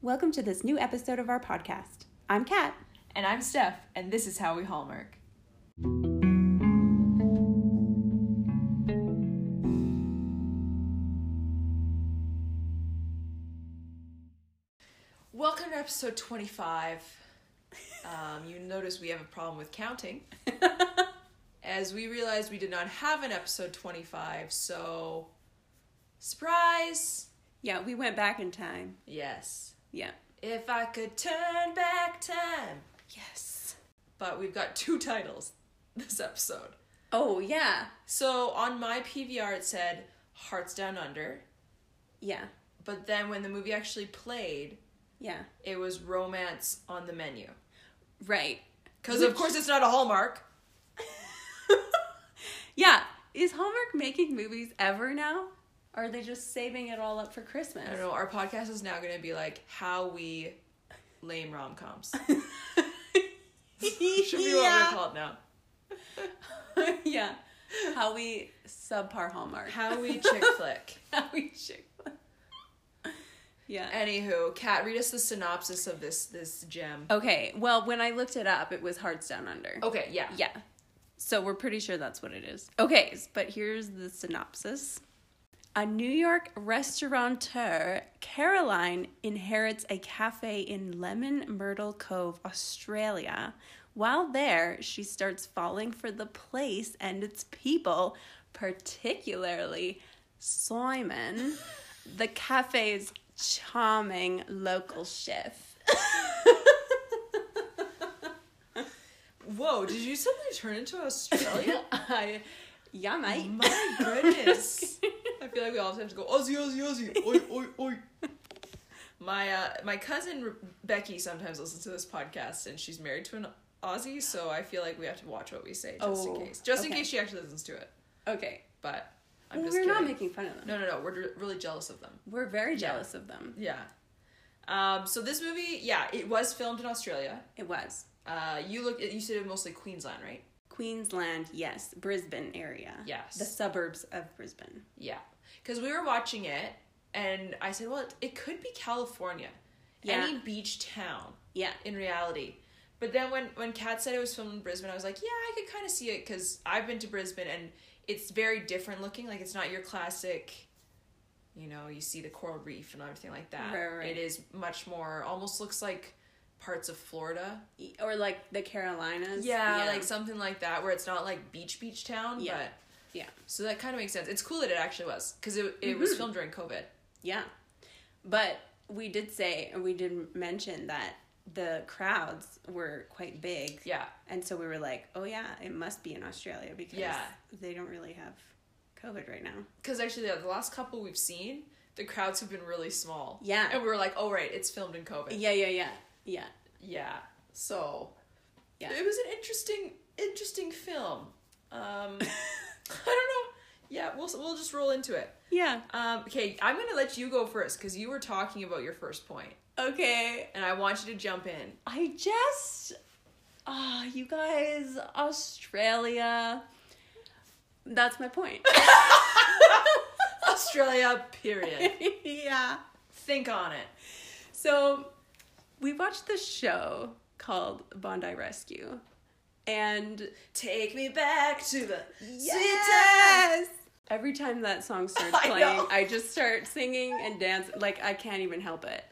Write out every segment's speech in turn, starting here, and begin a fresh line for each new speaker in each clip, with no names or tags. Welcome to this new episode of our podcast. I'm Kat.
And I'm Steph, and this is how we hallmark. Welcome to episode 25. Um, you notice we have a problem with counting. As we realized we did not have an episode 25, so surprise!
Yeah, we went back in time.
Yes.
Yeah.
If I could turn back time.
Yes.
but we've got two titles this episode.
Oh, yeah.
So on my PVR, it said Hearts Down Under,
Yeah.
but then when the movie actually played,
Yeah.
it was Romance on the Menu.
Right.
Because, of course, it's not a Hallmark.
Yeah. Is Hallmark making movies ever now? Or are they just saving it all up for Christmas?
I don't know. Our podcast is now going to be like how we lame rom coms. Should be what we're
yeah.
called now.
yeah. How we subpar Hallmark.
How we chick flick.
How we chick. yeah.
Anywho, Kat, read us the synopsis of this this gem.
Okay. Well, when I looked it up, it was Hearts Down Under.
Okay, yeah.
Yeah. So we're pretty sure that's what it is. Okay, s- but here's the synopsis. A New York restaurateur, Caroline, inherits a cafe in Lemon Myrtle Cove, Australia. While there, she starts falling for the place and its people, particularly Simon, the cafe's charming local chef.
Whoa, did you suddenly turn into Australia?
I, yeah, mate.
My goodness. I feel like we all have to go Aussie, Aussie, Aussie, oi, oi, oi. My uh, my cousin Re- Becky sometimes listens to this podcast, and she's married to an Aussie, so I feel like we have to watch what we say just
Oh,
in case, just in
okay.
case she actually listens to it.
Okay.
But I'm
Well,
just
we're not
kidding.
making fun of them.
no, no, no. We're re- really jealous of them.
We're very
Yeah.
jealous of them.
Yeah. Um. So this movie, yeah, it was filmed in Australia.
It was
Uh. You look. You said it mostly Queensland, right?
Queensland, yes, Brisbane area.
Yes.
The suburbs of Brisbane.
Yeah. Because we were watching it, and I said, well, it- it could be California.
Yeah.
Any beach town,
Yeah.
in reality. But then when, when Kat said it was filmed in Brisbane, I was like, yeah, I could kind of see it because I've been to Brisbane and it's very different looking. Like, it's not your classic, you know, you see the coral reef and everything like that.
Right, right, right.
It is much more, almost looks like parts of Florida.
E- Or like the Carolinas.
Yeah, like something like that where it's not like beach, beach town.
Yeah.
But,
yeah. Mm-hmm.
so that kind of makes sense. It's cool that it actually was because it, it was filmed during COVID.
Yeah. But we did say, and we did mention that the crowds were quite big.
Yeah.
And so we were like, oh, yeah, it must be in Australia because
Yeah.
they don't really have COVID right now.
Because actually, the the last couple we've seen, the crowds have been really small.
Yeah.
And we were like, oh, right, it's filmed in COVID.
Yeah, yeah, yeah. Yeah.
Yeah. So,
Yeah.
it was an interesting, interesting film. Um, I don't know. Yeah, we'll, we'll just roll into it.
Yeah.
Um, okay, I'm going to let you go first because you were talking about your first point,
Okay.
and I want you to jump in.
I just ah, you guys, Australia. That's my point.
Australia, period.
yeah.
Think on it.
So we watched this show called Bondi Rescue. And
Take me back to the
yes! every time that song starts
I
playing,
know.
I, just start singing and dancing. Like I can't even help it.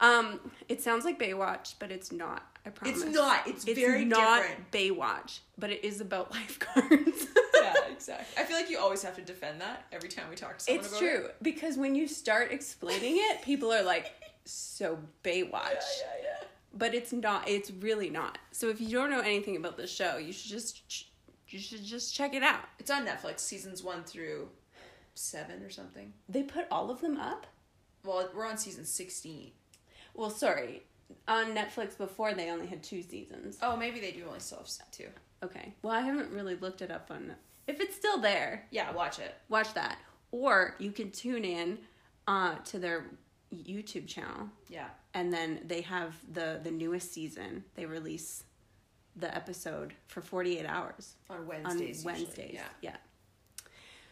Um, it sounds like Baywatch, but it's not. I promise.
not. It's very
not
different.
Baywatch, but it is about lifeguards.
yeah, exactly. I feel like you always have to defend that every time we talk to someone
It's
about
true
it.
because when you start explaining it, people are like, "So Baywatch,"
Yeah, yeah.
but it's not. It's really not. So if you don't know anything about the show, you should just ch- you should just check it out.
It's on Netflix, seasons one through seven or something.
They put all of them up.
Well, we're on season sixteen.
Well, sorry, on Netflix before they only had two seasons.
Oh, maybe they do only still have se- two.
Okay. Well, I haven't really looked it up on. If it's still there,
Yeah, watch it.
watch that, or you can tune in uh, to their YouTube channel.
Yeah,
and then they have the the newest season they release the episode for 48 hours
on
on
Wednesdays. usually,
wednesdays
Yeah.
yeah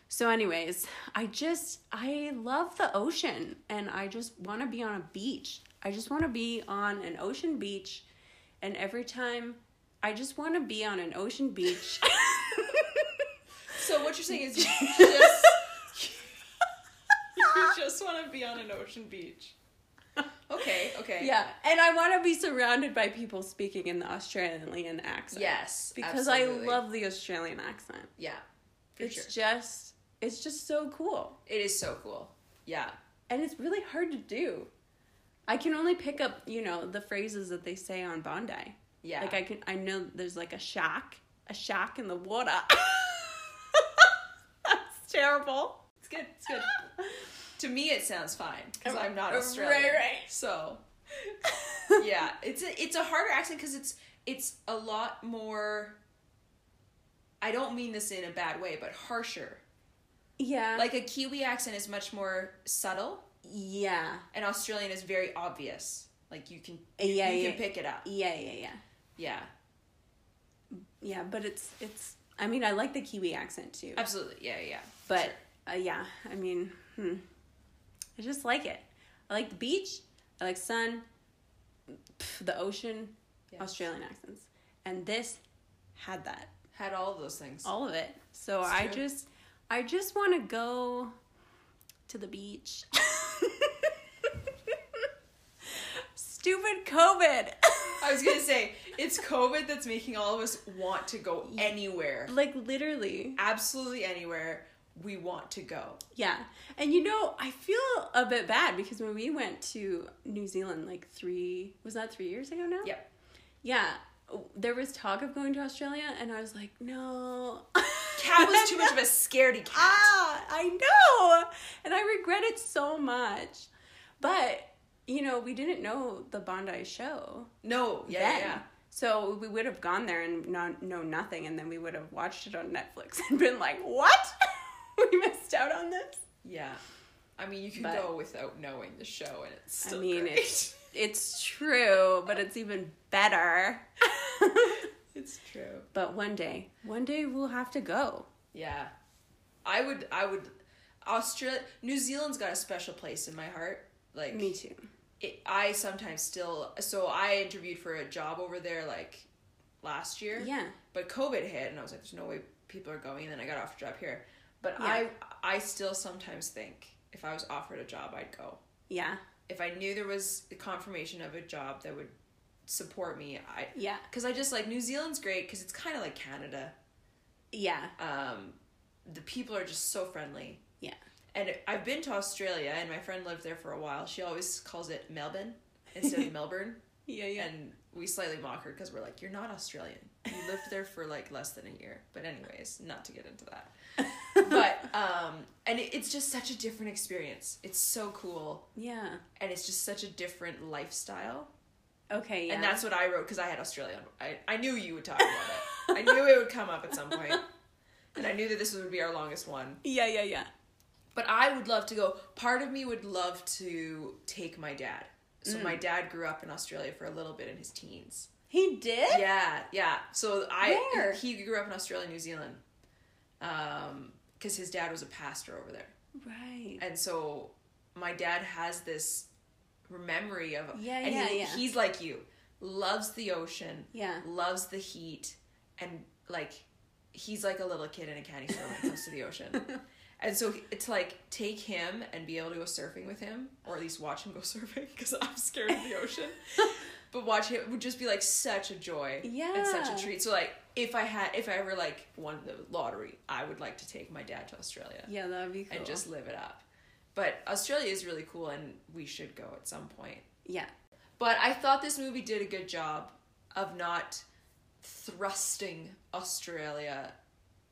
so anyways i just i love the ocean and i just want to be on a beach I just want to be on an ocean beach, and every time I just want to be on an ocean beach.
So what you're saying is you just you just want to be on an ocean beach. Okay, okay.
yeah, and I want to be surrounded by people speaking in the Australian accent.
Yes.
because
absolutely.
I love the Australian accent.
Yeah. For
It's
sure.
just it's just so cool.
It is so cool. Yeah.
and it's really hard to do. I can only pick up, you know, the phrases that they say on Bondi.
Yeah.
Like I can, I know there's like a shock, a shock in the water. That's terrible.
It's good. It's good. to me, it sounds fine because I'm not
Right,
Australian.
right.
So yeah, it's a it's a harder accent because it's it's a lot more. I don't mean this in a bad way, but harsher.
Yeah.
Like a Kiwi accent is much more subtle,
yeah,
and Australian is very obvious. Like you can you,
Yeah,
you
yeah.
can pick it up.
yeah, yeah, yeah,
Yeah,
yeah. But it's it's. I mean, I like the Kiwi accent too.
absolutely. Yeah, yeah.
But uh, yeah, I mean, hmm. I just like it. I like the beach. I like sun, pff, the ocean,
Yes.
Australian accents, and this had that,
had all of those things.
all of it. So
It's
I
true.
just, I just want to go to the beach. Stupid COVID.
I was gonna say it's COVID that's making all of us want to go anywhere.
like literally.
absolutely anywhere we want to go.
Yeah. And you know, I feel a bit bad because when we went to New Zealand like 3 was that 3 years ago now?
Yep.
Yeah. Oh, There was talk of going to Australia and I was like, "No."
Cat was too much of a scaredy cat.
Ah, I know. And I regret it so much. But, you know, we didn't know the Bondi show
No, yeah, yeah,
then.
yeah.
So we would have gone there and not know nothing and then we would have watched it on Netflix and been like, "What? we missed out on this?"
Yeah. I mean, you can
But-
go without knowing the show, and it's
I
still
mean,
great.
it's it's true, but it's even better.
it's true.
but one day, one day we'll have to go.
Yeah, I would, I would. Australia, New Zealand's got a special place in my heart. Like
Me too.
it, I sometimes still. So I interviewed for a job over there like last year.
Yeah.
But COVID hit, and I was like, "There's no way people are going." And then I got offered a job here. But
Yeah.
I, I still sometimes think if I was offered a job, I'd go.
Yeah.
If I knew there was the confirmation of a job that would support me, I.
Yeah.
Because I just like New Zealand's great because it's kind of like Canada.
Yeah.
Um, the people are just so friendly.
Yeah.
And I've been to Australia, and my friend lived there for a while. She always calls it Melbourne instead of Melbourne,
Yeah.
and we slightly mock her because we're like, "You're not Australian. You lived there for like less than a year." But anyways, not to get into that. But um, and it, it's just such a different experience. It's so cool,
yeah.
and it's just such a different lifestyle.
Okay. Yeah.
And that's what I wrote because I had Australia. I, I knew you would talk about it. I knew it would come up at some point, and I knew that this would be our longest one.
yeah. Yeah. Yeah.
But I would love to go. Part of me would love to take my dad. So
Mm.
my dad grew up in Australia for a little bit in his teens.
He did.
Yeah, yeah. So I
Where?
he grew up in Australia, New Zealand. Um because his dad was a pastor over there.
Right.
And so my dad has this memory of
Yeah,
and
yeah,
he,
yeah.
he's like you. Loves the ocean.
Yeah.
Loves the heat and like he's like a little kid in a candy store when it comes to the ocean. And so it's like take him and be able to go surfing with him, or at least watch him go surfing because I'm scared of the ocean. but watch it would just be like such a joy and such
Yeah.
a treat. So like if I had if I ever like won the lottery, I would like to take my dad to Australia
Yeah, that would be cool.
and just live it up. But Australia is really cool, and we should go at some point.
yeah.
But I thought this movie did a good job of not thrusting Australia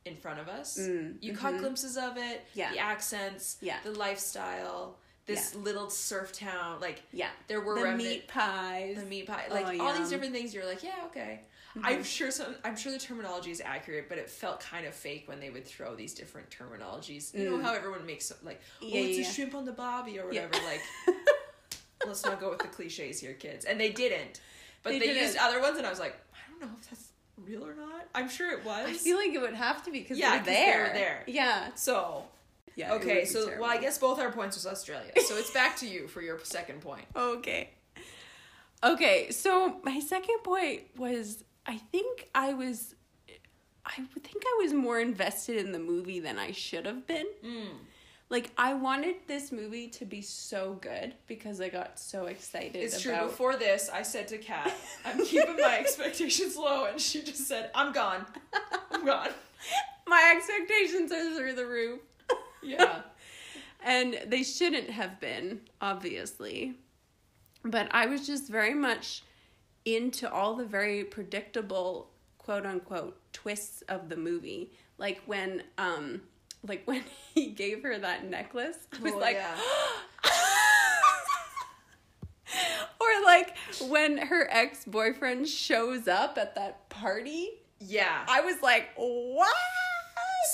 in front of us. you caught glimpses of it,
Mm, mm-hmm. Yeah.
the accents,
Yeah.
the lifestyle, this little surf town. Like
Yeah.
there were
the
remnant-
meat pies.
the meat pie, like
Oh,
all these
yum. Mm-hmm.
different things. You're like, yeah, okay. I'm sure some. I'm sure the terminology is accurate, but it felt kind of fake when they would throw these different terminologies. You know how everyone makes some- like, oh,
Mm. Yeah,
it's
yeah,
a
yeah.
shrimp on the bobby or whatever. Like, let's not go with the cliches here, kids. And they didn't, but
They
they,
didn't.
used other ones, and I was like, I don't know if that's real or not. I'm sure it was.
I feel like it would have to be because
Yeah,
they're
'cause they were
there.
there.
Yeah.
so
Yeah. it would
okay.
be
So well,
terrible.
I guess both our points was Australia. So it's back to you for your second point.
Okay. Okay, so my second point was I think I was I would think I was more invested in the movie than I should have been.
Mm.
Like I wanted this movie to be so good because I got so excited
It's true.
about
Before this, I said to Kat, I'm keeping my expectations low, and she just said, I'm gone. I'm gone.
my expectations are through the roof.
Yeah.
and they shouldn't have been, obviously. But I was just very much into all the very predictable quote unquote twists of the movie. Like when um like when he gave her that necklace, I was
Oh,
like
yeah.
Or like when her ex-boyfriend shows up at that party,
Yeah.
I was like, "What?"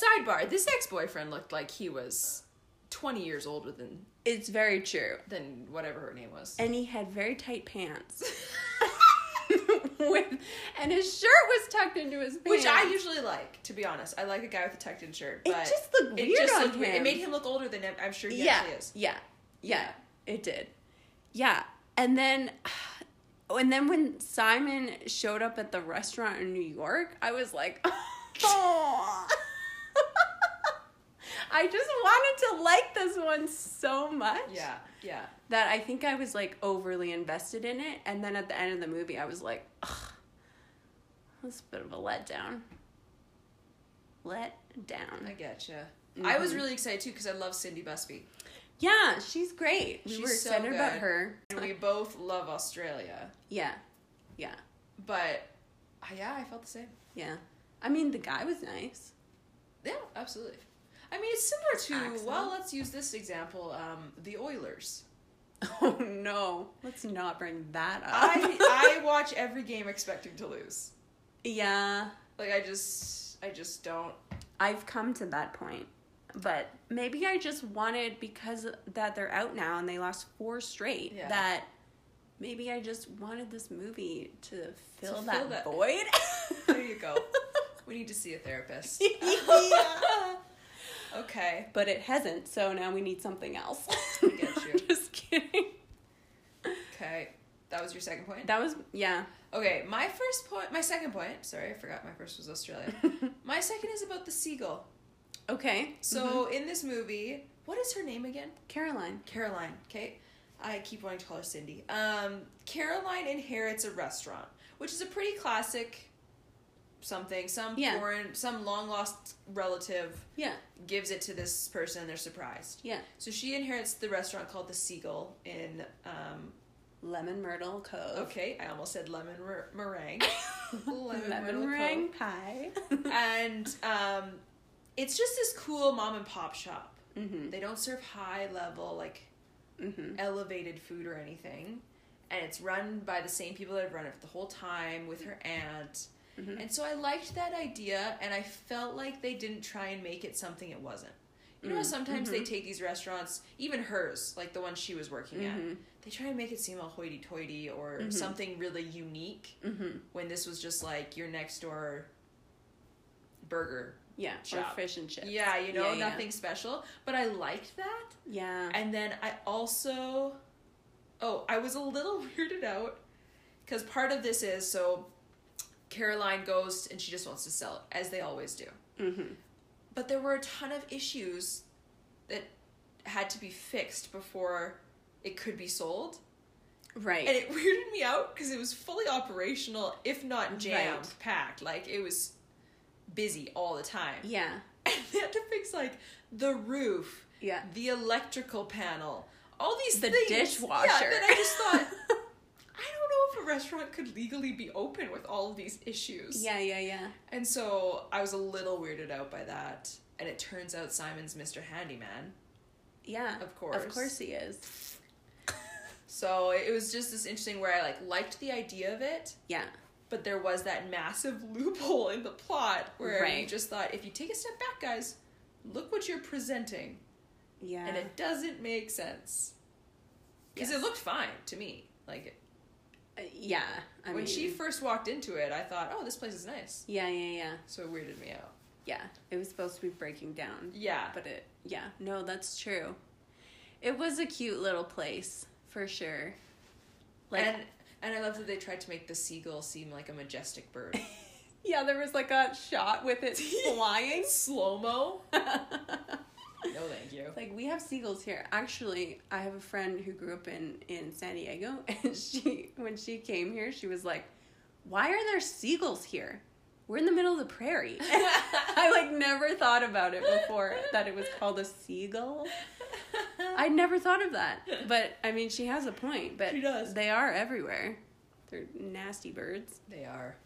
Sidebar: This ex-boyfriend looked like he was 20 years older than
It's very true.
than whatever her name was.
and he had very tight pants. with, and his shirt was tucked into his pants.
Which I usually like, to be honest. I like a guy with a tucked in shirt,
It
but
just looked weird on
looked weird.
him.
It made him look older than I'm- I'm sure he
yeah,
actually is.
yeah, yeah, it did. Yeah, and then, oh, and then when Simon showed up at the restaurant in New York, I was like, oh. I just wanted to like this one so much.
Yeah, yeah.
that I think I was like overly invested in it, and then at the end of the movie, I was like, Ugh, "That's a bit of a letdown." Let
I
down.
getcha. I was really excited too because I love Cindy Busby.
Yeah, she's great. We
She's
were
so
excited about
good.
her.
And we both love Australia,
Yeah, yeah,
but uh, yeah, I felt the same.
yeah. I mean, the guy was nice.
Yeah, absolutely. I mean, it's similar to
Axel.
well. Let's use this example: um, the Oilers.
Oh no, let's not bring that up.
I I watch every game expecting to lose.
yeah,
Like I just I just don't.
I've come to that point. But maybe I just wanted because that they're out now and they lost four straight
Yeah.
that maybe I just wanted this movie to fill,
fill
that,
that-
void.
There you go. we need to see a therapist.
Yeah.
Okay.
But it hasn't, so now we need something else.
get you.
I'm just kidding.
Okay. That was your second point.
That was yeah.
Okay, my first point, my second point. Sorry, I forgot my first was Australia. my second is about the seagull.
Okay.
So in this movie, what is her name again?
Caroline.
Caroline. Okay, I keep wanting to call her Cindy. Um, Caroline inherits a restaurant, which is a pretty classic. Something some
Yeah.
foreign, some long lost relative
Yeah.
gives it to this person. and They're surprised.
Yeah.
So she inherits the restaurant called the Seagull in. Um,
Lemon Myrtle Cove.
okay, I almost said lemon mer- meringue.
Lemon,
Myrtle Cove.
meringue pie.
and um, it's just this cool mom and pop shop.
mhm.
They don't serve high level, like
Mhm.
elevated food or anything. And it's run by the same people that have run it the whole time with her aunt.
Mm-hmm.
And so I liked that idea, and I felt like they didn't try and make it something it wasn't. You
Mm,
know, how sometimes
mm-hmm.
they take these restaurants, even hers, like the one she was working
Mm-hmm.
at, they try and make it seem all hoity toity or something really unique
Mhm.
when this was just like your next door burger.
Yeah.
Shop.
Or fish and chips.
Yeah, you know,
Yeah, yeah.
nothing special. But I liked that.
Yeah.
And then I also, oh, I was a little weirded out because part of this is so Caroline goes and she just wants to sell it, as they always do.
Mhm.
But there were a ton of issues that had to be fixed before it could be sold.
Right.
And it weirded me out because it was fully operational, if not jammed,
Right.
packed. Like it was busy all the time.
yeah.
And they had to fix like the roof,
Yeah.
the electrical panel, all these
The
things.
dishwasher.
Yeah, that I just thought, I don't know if a restaurant could legally be open with all of these issues.
yeah, yeah, yeah.
And so I was a little weirded out by that. And it turns out Simon's Mr. Handyman.
Yeah.
Of course.
Of course he is.
So it was just this interesting where I like liked the idea of it,
Yeah.
but there was that massive loophole in the plot where you
Right.
just thought, if you take a step back, guys, look what you're presenting.
Yeah.
and it doesn't make sense because
Yes.
it looked fine to me. Like
Uh, yeah. I
when
mean,
she first walked into it, I thought, "Oh, this place is nice,"
Yeah, yeah, yeah.
so it weirded me out.
Yeah. It was supposed to be breaking down.
Yeah,
But it, yeah. No, that's true. It was a cute little place, for sure. Like,
and And I love that they tried to make the seagull seem like a majestic bird.
Yeah, there was like a shot with it flying.
Slow mo? No, thank you.
like we have seagulls here. Actually, I have a friend who grew up in in San Diego, and she when she came here, she was like, "Why are there seagulls here? We're in the middle of the prairie." I like never thought about it before that it was called a seagull. I never thought of that, but I mean, she has a point. But
She does.
They are everywhere. They're nasty birds.
They are.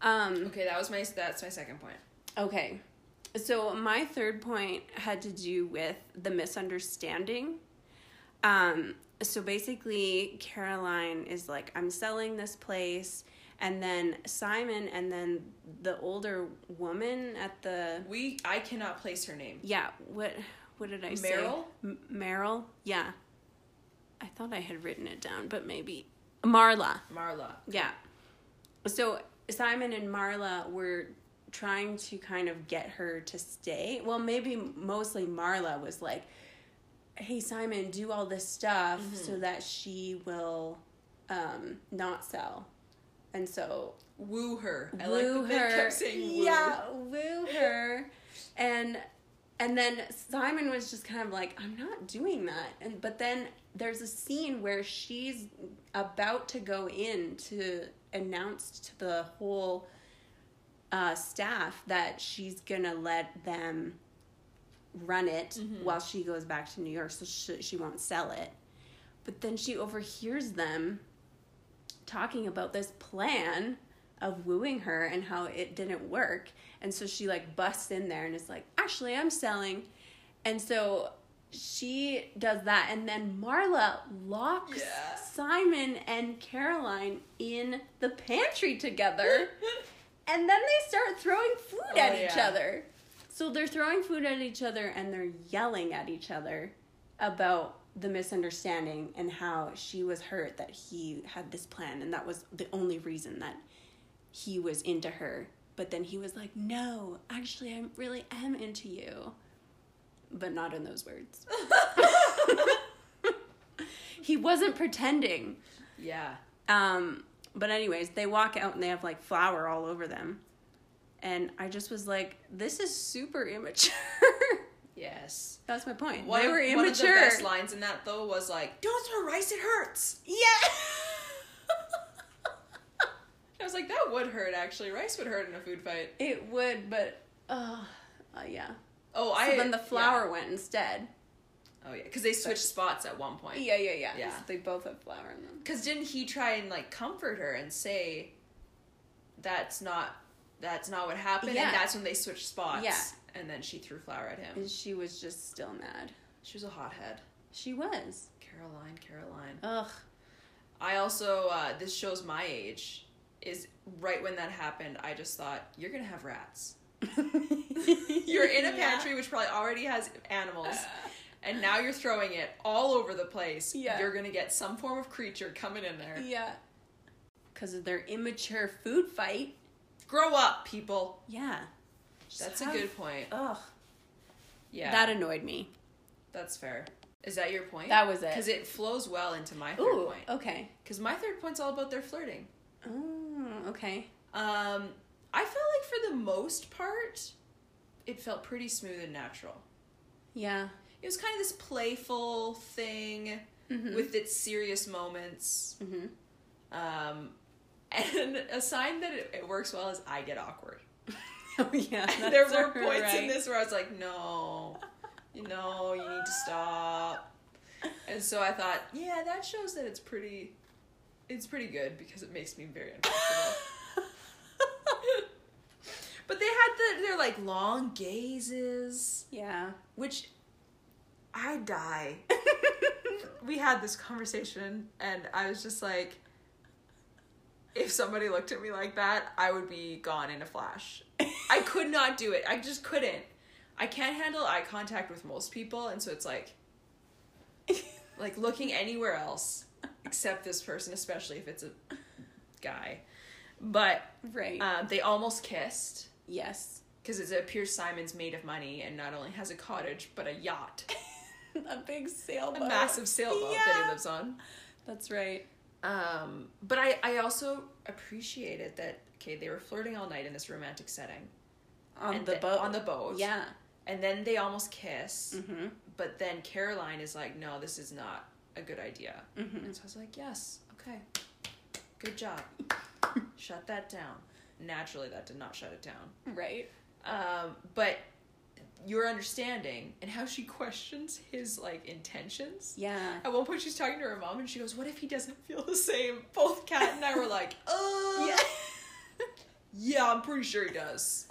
Um,
Okay, that was my that's my second point.
okay. So my third point had to do with the misunderstanding. Um, so basically, Caroline is like, I'm selling this place. And then Simon and then the older woman at the.
We I cannot place her name.
Yeah, what what did I say?
Meryl?
M- Meryl? Yeah. I thought I had written it down, but maybe. Marla.
Marla.
Yeah. So Simon and Marla were trying to kind of get her to stay. Well, maybe mostly Marla was like, "Hey Simon, do all this stuff so that she will um not sell." And so
Woo her. I
woo
like that
her.
they kept saying woo.
Yeah, woo her. and and then Simon was just kind of like, I'm not doing that. And but then there's a scene where she's about to go in to announce to the whole uh, staff that she's gonna let them run it
Mm-hmm.
while she goes back to New York, so she, she won't sell it. But then she overhears them talking about this plan of wooing her and how it didn't work. And so she like busts in there and is like, actually, I'm selling. And so she does that. And then Marla locks
Yeah.
Simon and Caroline in the pantry together. and then they start throwing food
Oh,
at each
yeah.
other. So they're throwing food at each other and they're yelling at each other about the misunderstanding and how she was hurt that he had this plan and that was the only reason that he was into her. But then he was like, "No, actually I really am into you." But not in those words. he wasn't pretending.
Yeah.
Um, but anyways, they walk out and they have like flour all over them. And I just was like, this is super immature.
Yes.
That's my point.
One
they
of-
were
One of the
immature.
best lines in that though was like, "Don't throw rice; it hurts."
yeah.
I was like, "That would hurt. Actually, rice would hurt in a food fight."
it would, but oh, uh, yeah.
Oh,
So
I
then the
yeah.
flour went instead.
Oh yeah, because they switched spots at one point.
Yeah, yeah, yeah.
Yeah.
So they both have flour in them.
Because didn't he try and like comfort her and say, "That's not, that's not what happened,"
Yeah.
and that's when they switched spots.
Yeah.
And then she threw flour at him.
And she was just still mad.
She was a hothead.
She was.
Caroline, Caroline.
Ugh.
I also uh, this shows my age. Is right when that happened, I just thought you're gonna have rats. You're in a pantry which probably already has animals, and now you're throwing it all over the place.
Yeah.
You're gonna get some form of creature coming in there.
Yeah. Because of their immature food fight.
Grow up, people.
Yeah.
That's
Just
a
have-
good point.
Ugh.
Yeah,
That annoyed me.
that's fair. Is that your point?
That was it.
Because it flows well into my third
Ooh.
point.
Okay.
Because my third point's all about their flirting.
Oh, okay.
Um, I felt like for the most part, it felt pretty smooth and natural.
Yeah.
It was kind of this playful thing
Mm-hmm.
with its serious moments.
Mhm.
Um, and a sign that it, it works well is I get awkward.
Oh yeah.
there
that's
were
all
points in
right.
this where I was like, no, no, you need to stop. And so I thought, yeah, that shows that it's pretty, it's pretty good because it makes me very uncomfortable. but they had the, their like long gazes,
yeah.
which I die. we had this conversation, and I was just like, if somebody looked at me like that, I would be gone in a flash. I could not do it. I just couldn't. I can't handle eye contact with most people, and so it's like, like looking anywhere else except this person, especially if it's a guy. But
right.
um, they almost kissed
yes.
because it appears Simon's made of money and not only has a cottage but a yacht,
A big sailboat.
a massive sailboat that
Yeah.
he lives on.
That's right.
Um, but I, I also appreciated that, okay, they were flirting all night in this romantic setting.
on
And
the
the-
boat.
on the boat.
Yeah.
And then they almost kiss.
Mm-hmm.
But then Caroline is like, no, this is not a good idea.
Mm-hmm.
And so I was like, yes, okay. Good job. shut that down. Naturally, that did not shut it down.
Right.
Um, but your understanding and how she questions his like intentions.
Yeah.
At one point, she's talking to her mom, and she goes, "What if he doesn't feel the same?" Both Kat and I were like, "Oh, yeah, I'm pretty sure he does."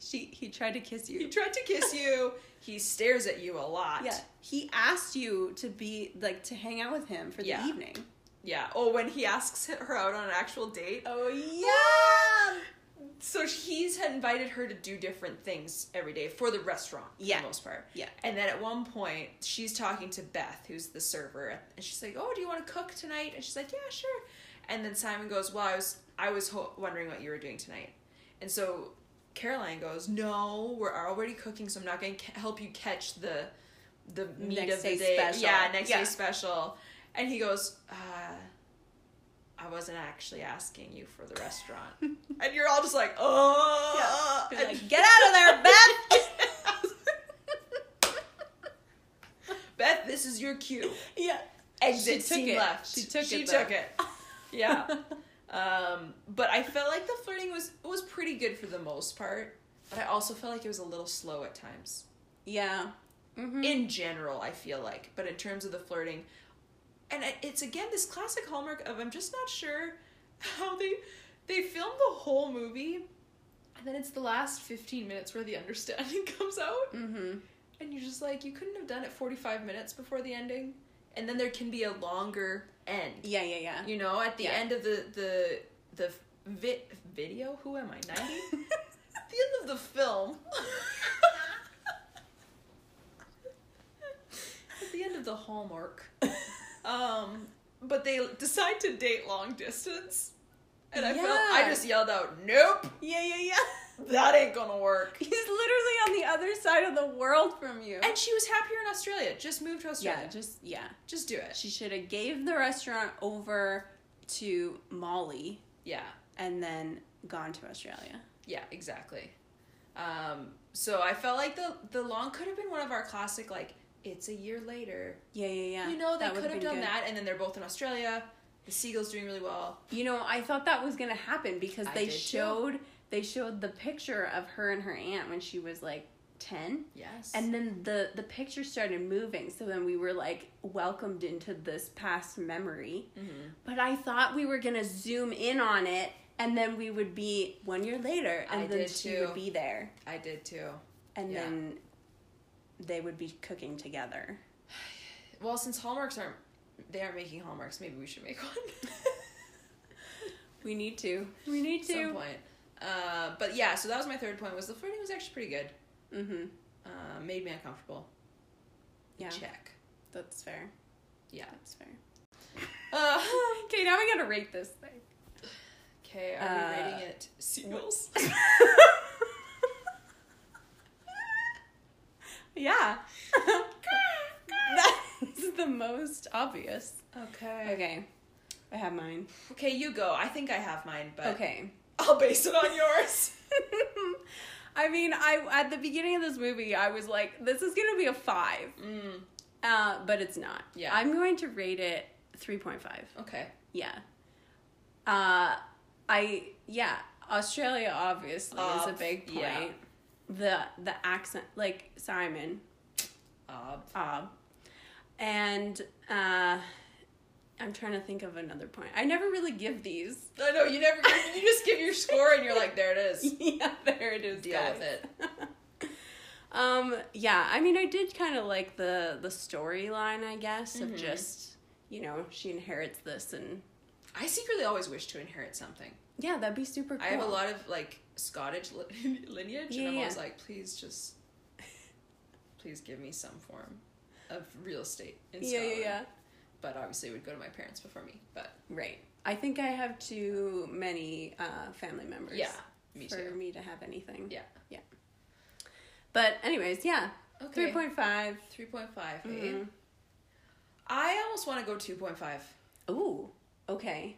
she he tried to kiss
He
you.
tried to kiss you. He stares at you a lot.
Yeah. He asked you to be like to hang out with him for the
Yeah.
evening.
Yeah. Oh, when he asks her out on an actual date.
Oh yeah.
So he's had invited her to do different things every day for the restaurant, for
Yeah.
the most part.
Yeah.
And then at one point, she's talking to Beth, who's the server, and she's like, "Oh, do you want to cook tonight?" And she's like, "Yeah, sure." And then Simon goes, "Well, I was I was ho- wondering what you were doing tonight," and so Caroline goes, "No, we're already cooking, so I'm not going to ca- help you catch the the meat
Next
of the
day
day.
special.
Yeah, next
Yeah.
day special." And he goes, uh, "I wasn't actually asking you for the restaurant," and you're all just like, "Oh,
You're
And-
like, Get out of there, Beth.
Beth, this is your cue.
yeah.
Exit
She took
scene
it.
left.
She took
She
it,
took
though.
it. Yeah. um, but I felt like the flirting was was pretty good for the most part. But I also felt like it was a little slow at times.
Yeah. Mm-hmm.
In general, I feel like, but in terms of the flirting, and I- it's again this classic hallmark of I'm just not sure how they they filmed the whole movie, and then it's the last 15 minutes where the understanding comes out.
mm-hmm.
And you're just like, you couldn't have done it 45 minutes before the ending. And then there can be a longer end.
Yeah, yeah, yeah.
You know, at the
Yeah.
end of the the the vi- video, who am I? 90? at the end of the film. at the end of the hallmark. Um, but they decide to date long distance. And I felt I
Yeah.
just yelled out, "Nope,
yeah, yeah, yeah.
that ain't going to work."
He's literally on the other side of the world from you.
And she was happier in Australia. Just move to Australia.
yeah, just yeah.
Just do it.
She should have gave the restaurant over to Molly
Yeah,
and then gone to Australia.
yeah, exactly. Um, so I felt like the the long could have been one of our classic like it's a year later.
Yeah, yeah, yeah.
you know, they
would've
could have
been
done
good.
that, and then they're both in Australia. The seagull's doing really well.
You know, I thought that was gonna happen because
I
they
did too.
showed they showed the picture of her and her aunt when she was like ten.
Yes,
And then the the picture started moving, so then we were like welcomed into this past memory. But I thought we were gonna zoom in on it, and then we would be one year later, and
I
then
did
she
too.
would be there,
I did too.
and
Yeah.
then they would be cooking together.
Well, since hallmarks aren't they aren't making hallmarks, maybe we should make one
We need to. We need
at some
to.
point. Uh, but yeah, so that was my third point. Was the flirting was actually pretty good.
Mm-hmm.
Uh, made me uncomfortable.
Yeah,
Check.
that's fair.
Yeah.
That's fair.
Uh,
Okay, now we gotta rate this thing.
okay. Are
Uh,
we rating it seagulls?
yeah. That's the most obvious.
Okay.
Okay. I have mine.
Okay, you go. I think I have mine, but
Okay.
I'll base it on yours.
I mean, I at the beginning of this movie, I was like, this is going to be a 5.
Mm,
Uh, but it's not.
Yeah.
I'm going to rate it 3.5.
okay.
Yeah. Uh, I yeah, Australia obviously is a
Ob-
big point.
yeah.
The the accent, like Simon,
Ob.
ob, and uh, I'm trying to think of another point. I never really give these.
I know you never. You just give your score and you're like, there it is.
yeah, there it is.
Deal with
guys.
it.
Um, yeah, I mean, I did kind of like the the storyline, I guess,
Mm-hmm.
of just you know she inherits this and
I secretly always wish to inherit something.
yeah, that'd be super cool.
I have a lot of like Scottish li- lineage, and
Yeah,
I'm
yeah.
always like, please just, please give me some form of real estate in
yeah,
Scotland.
yeah, yeah.
But obviously, it would go to my parents before me. But
Right. I think I have too many uh, family members.
yeah, me
for
too.
me to have anything.
Yeah.
But anyways, yeah.
Okay.
Three
Mm-hmm.
point Mm-hmm. five.
eh?
Mm.
Three point five. I almost want to go two point five.
Ooh. Okay.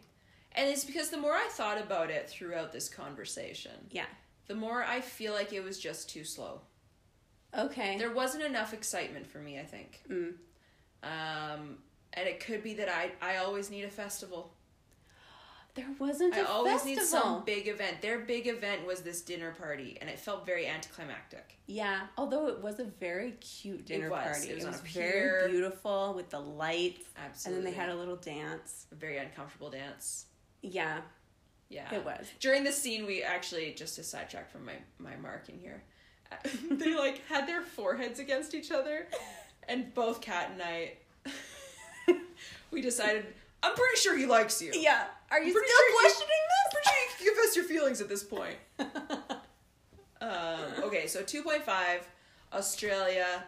And it's because the more I thought about it throughout this conversation,
Yeah.
the more I feel like it was just too slow.
Okay.
There wasn't enough excitement for me, I think.
Mm.
Um, and it could be that I, I always need a festival.
There wasn't
I
a
always
festival.
need some big event. Their big event was this dinner party, and it felt very anticlimactic.
Yeah, although it was a very cute dinner
was.
party.
It was on a pier.
very beautiful with the lights,
Absolutely.
and then they had a little dance.
a very uncomfortable dance.
Yeah,
Yeah.
it was.
During the scene, we actually, just to sidetrack from my, my mark in here, they like had their foreheads against each other, and both Kat and I, we decided, I'm pretty sure he likes you.
Yeah, are you
Pretty
still
sure you-
questioning
Pretty sure you can confess your feelings at this point.
this?
Um, okay, so 2.5, Australia.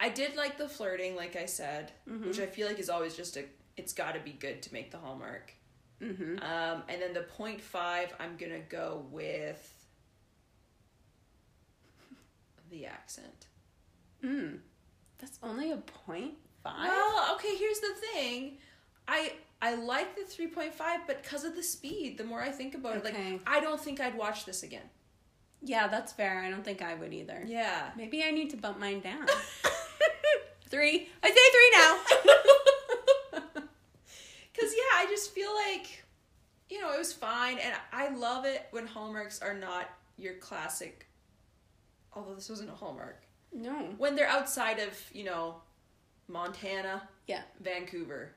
I did like the flirting, like I said,
Mm-hmm.
which I feel like is always just a, it's gotta be good to make the hallmark.
mm-hmm.
Um, and then the 0.5, I'm gonna go with the accent.
Mm. That's only a point five.
Well, okay, here's the thing. I I like the 3.5, but because of the speed, the more I think about it,
Okay.
like I don't think I'd watch this again.
yeah, that's fair. I don't think I would either.
Yeah.
Maybe I need to bump mine down. three. I say three now.
Cause yeah, I just feel like, you know, it was fine, and I love it when hallmarks are not your classic. Although this wasn't a hallmark,
no.
when they're outside of you know, Montana,
Yeah.
Vancouver,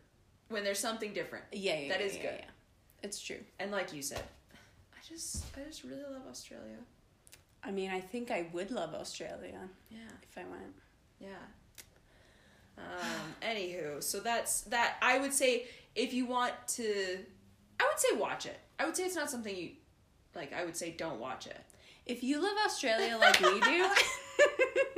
when there's something different,
Yeah. yeah
That
yeah,
is
yeah,
good.
Yeah. It's true.
and like you said, I just I just really love Australia.
I mean, I think I would love Australia
Yeah,
if I went.
yeah. Um, anywho, so that's that. I would say if you want to, I would say watch it. I would say it's not something you like. I would say don't watch it.
If you love Australia like we do,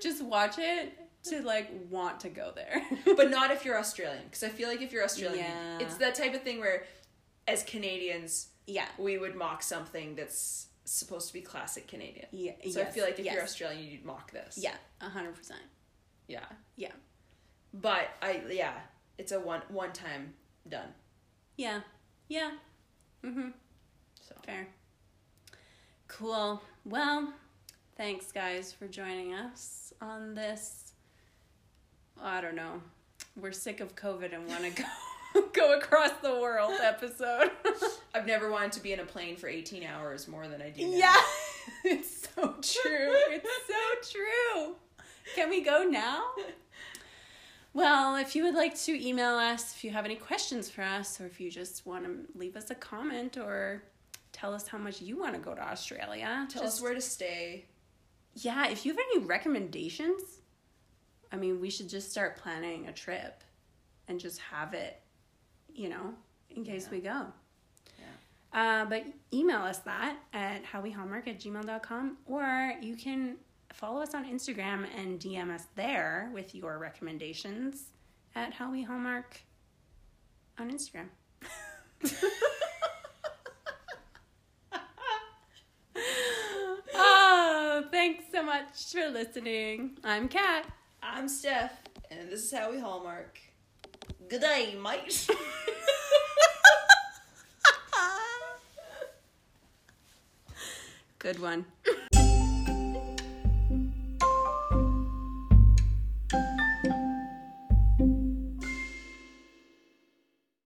just watch it to like want to go there.
but not if you're Australian, because I feel like if you're Australian,
Yeah.
it's that type of thing where, as Canadians,
yeah,
we would mock something that's supposed to be classic Canadian.
yeah.
So I
yes,
feel like if
yes.
you're Australian, you'd mock this.
yeah, a hundred percent.
Yeah.
Yeah,
But I yeah, it's a one one time done.
yeah, yeah. Mhm.
So
Fair. Cool. Well, thanks guys for joining us on this. I don't know. We're sick of COVID and want to go go across the world episode.
I've never wanted to be in a plane for eighteen hours more than I do. Now.
Yeah. it's so true. It's so true. Can we go now? Well, if you would like to email us, if you have any questions for us, or if you just want to leave us a comment or tell us how much you want to go to Australia,
Tell
just,
us where to stay.
Yeah, if you have any recommendations, I mean, we should just start planning a trip and just have it, you know, in case
Yeah.
we go.
Yeah.
Uh, but email us that at howwehallmark at gmail.com or you can follow us on Instagram and DM us there with your recommendations at howwehallmark on Instagram. oh, thanks so much for listening. I'm Kat.
I'm Steph, and this is how we hallmark. Good day, mate.
Good one.